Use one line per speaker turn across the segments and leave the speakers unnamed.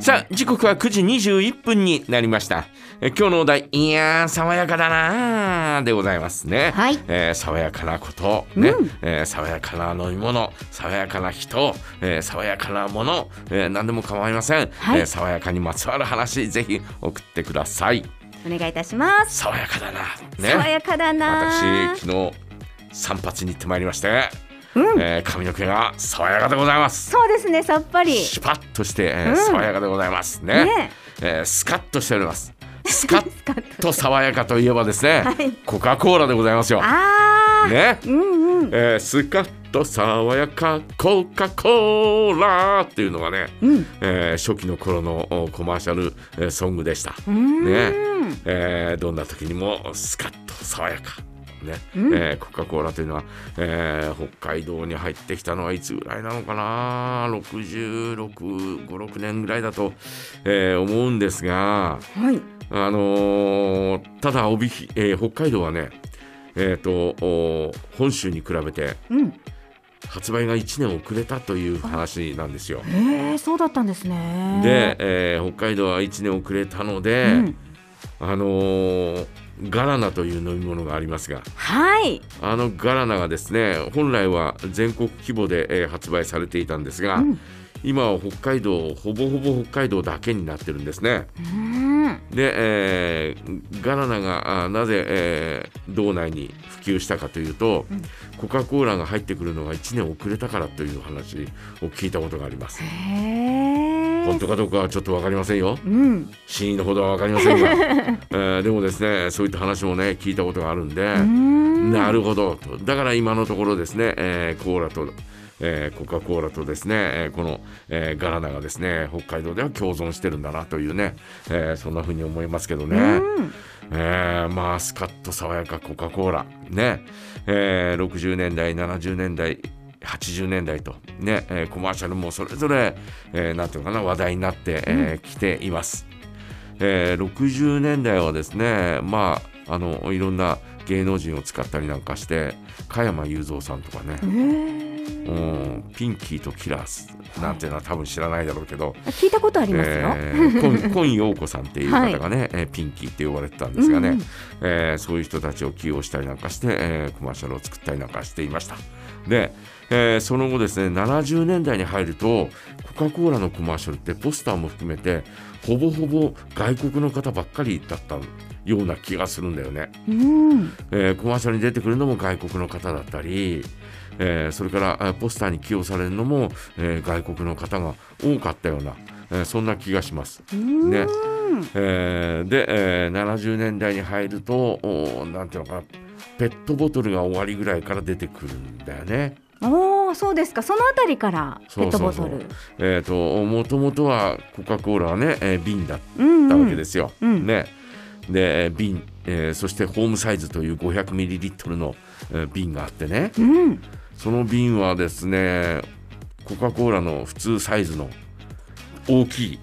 さあ時刻は9時21分になりましたえ今日のお題いやー爽やかだなーでございますね、
はい
えー爽やかなことね、
うん
えー爽やかな飲み物爽やかな人、えー爽やかなもの、えー何でも構いません、
はい
えー爽やかにまつわる話ぜひ送ってください
お願いいたします。
爽やかだな
爽
ね
やかだな
私。昨日散髪に行ってまいりまして、
うん
えー髪の毛が爽やかでございます
そうですね、さっぱり。
シュパッとして、えー
うん
爽やかでございますね
ね
えースカッとしておりますスカッ
スカッと。
と爽やかといえばですね、
はい
コカ・コーラでございますよ、
ああ、
ね
うんうん。
えースカッと爽やかコカ・コーラっていうのがね、
うん。
えー初期の頃のおコマーシャル、えーソングでした、
うん
ねえーどんな時にもスカッと爽やかね
うん
えーコカ・コーラというのは、えー北海道に入ってきたのはいつぐらいなのかな6656年ぐらいだと、えー思うんですが、
はい。
あのーただ帯ひ、えー北海道はね、えーとおー本州に比べて
うん。
発売が1年遅れたという話なんですよ。
ええー、そうだったんですね。
で、、えー北海道は1年遅れたので、
うん、
あのーガラナという飲み物がありますが
はい。
あのガラナがですね本来は全国規模で、えー発売されていたんですが、
うん
今は北海道ほぼほぼ北海道だけになってるんですね。
うん。
で、えーガラナがあなぜ、えー道内に普及したかというと、コカ・コーラが入ってくるのが1年遅れたからという話を聞いたことがあります。
へえ。
本当かどうかはちょっと分かりません よ。
うん。
真意のほどは分かりませんが、えーでもですねそういった話もね聞いたことがあるんで、
うん。
なるほどとだから今のところですね、えーコーラと、えーコカ・コーラとですね、えーこの、えーガラナがですね北海道では共存してるんだなというね、えーそんな風に思いますけどね。
うん。
えーまあスカッと爽やかコカ・コーラね、えー60年代70年代80年代とね、えーコマーシャルもそれぞれ、えーなんていうのかな話題になって、えー来ています、えー60年代はですねまああのいろんな芸能人を使ったりなんかして加山雄三さんとかね、
へ
うん、ピンキーとキラーズなんていうのは多分知らないだろうけど、
え。聞いたことありますよ。
えー、こん 今陽子さんっていう方がね、えーピンキーって呼ばれてたんですがね、
うん
えーそういう人たちを起用したりなんかして、えーコマーシャルを作ったりなんかしていました。で、えーその後ですね70年代に入るとコカ・コーラのコマーシャルってポスターも含めてほぼほぼ外国の方ばっかりだったような気がするんだよね。
うん。
えーコマーシャルに出てくるのも外国の方だったり、えーそれからあポスターに起用されるのも、えー外国の方が多かったような、えーそんな気がします。
うん。
ねえーで、えー70年代に入るとおーなんていうのかなペットボトルが終わりぐらいから出てくるんだよね。
おお、そうですか。そのあたりからペ
そ
ッ
う
ト
そ
ボ
うそ
ト
う
ル。
えー、ともともとはコカ・コーラはね、えー瓶だっ
うん
たわけ
うん
ですよ。
うん
ね、でえー瓶、えーそしてホームサイズという500ミリリットルの、えー瓶があってね。
うん。
その瓶はですねコカ・コーラの普通サイズの大きい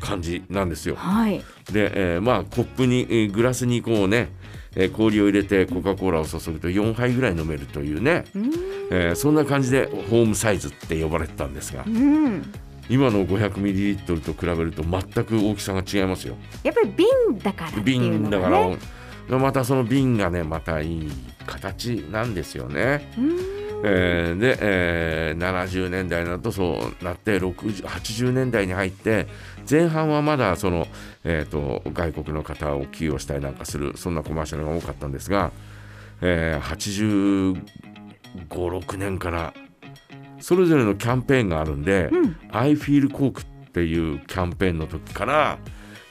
感じなんですよ。
はい。
で、えーまあコップに、えーグラスにこうね、えー氷を入れてコカ・コーラを注ぐと4杯ぐらい飲めるというね、
うん。
えーそんな感じでホームサイズって呼ばれてたんですが
うん。
今の 500ml と比べると全く大きさが違いますよ。
やっぱり瓶だからっていう
瓶
の
だ
が
から、
ね。
またその瓶がねまたいい形なんですよね。
うん。
えーで、えー70年代だとそうなって60 80年代に入って前半はまだその、えー、と外国の方を起用したりなんかするそんなコマーシャルが多かったんですが、えー、856年からそれぞれのキャンペーンがあるんで
うん
「I feel Coke」っていうキャンペーンの時から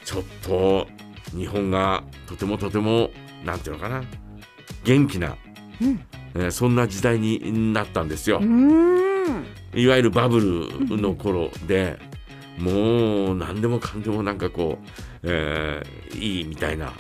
ちょっと日本がとてもとてもなんていうのかな元気な
うん。
えーそんな時代になったんですよ
う。ん。
いわゆるバブルの頃で、もう何でもかんでもなんかこう、えーいいみたいな。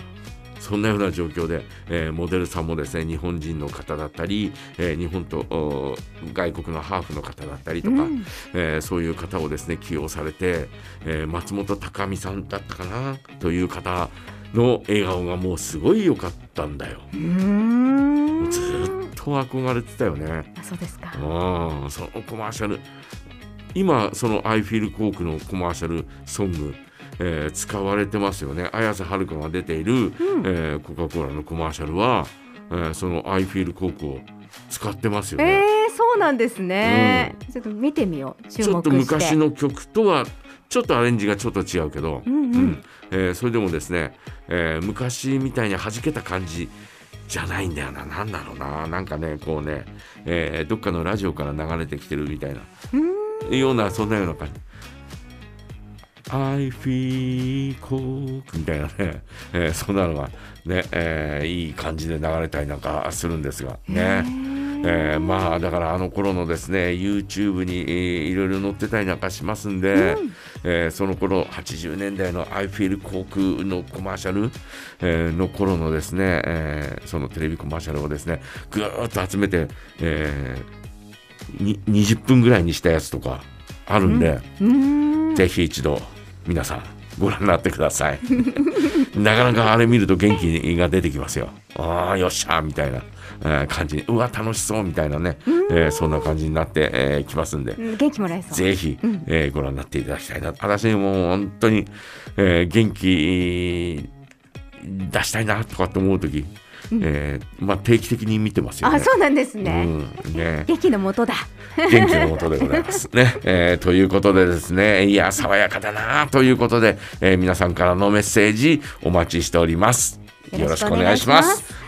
そんなような状況で、えーモデルさんもですね日本人の方だったり、えー日本とお外国のハーフの方だったりとか、
うん
えーそういう方をですね起用されて、えー松本隆美さんだったかなという方の笑顔がもうすごい良かったんだよ。
うん。
ずっと憧れてたよね。
あそうですか。
うん、そのコマーシャル今その「I feel コーク」のコマーシャルソング、えー使われてますよね綾瀬はるかが出ている、えーコカ・コーラのコマーシャルは、えーその「I feel コーク」を使ってますよ
え
ね。
ー、そうなんですね、ちょっと見てみよう注目して
ちょっと昔の曲とはちょっとアレンジがちょっと違うけど、
うんうん
えーそれでもですね、えー昔みたいに弾けた感じじゃないんだよななんだろうななんかねこうね、えーどっかのラジオから流れてきてるみたいなようなそんなような感じ。I feel cold みたいなね、えーそんなのがね、えーいい感じで流れたりなんかするんですがね。えーまあだからあの頃のですね YouTube に、えーいろいろ載ってたりなんかしますんで、えーその頃80年代の I feel 航空のコマーシャル、えーの頃のですね、えーそのテレビコマーシャルをですねぐーっと集めて、えーに20分ぐらいにしたやつとかあるんで、
うーん
ぜひ一度皆さんご覧になってください なかなかあれ見ると元気が出てきますよああよっしゃーみたいな、えー感じにうわ楽しそうみたいなね、えーそんな感じになって、えーきますんで
うん元気もらえそう
ぜひ、えーご覧になっていただきたいな私もう本当に、えー元気出したいなとかって思う時、えーまあ、定期的に見てますよね。
あそうなんです
う
ね、
んね
劇の元だ
元気のもとでございますね、えーということでですねいや爽やかだなということで、えー皆さんからのメッセージお待ちしておりますよろしくお願いします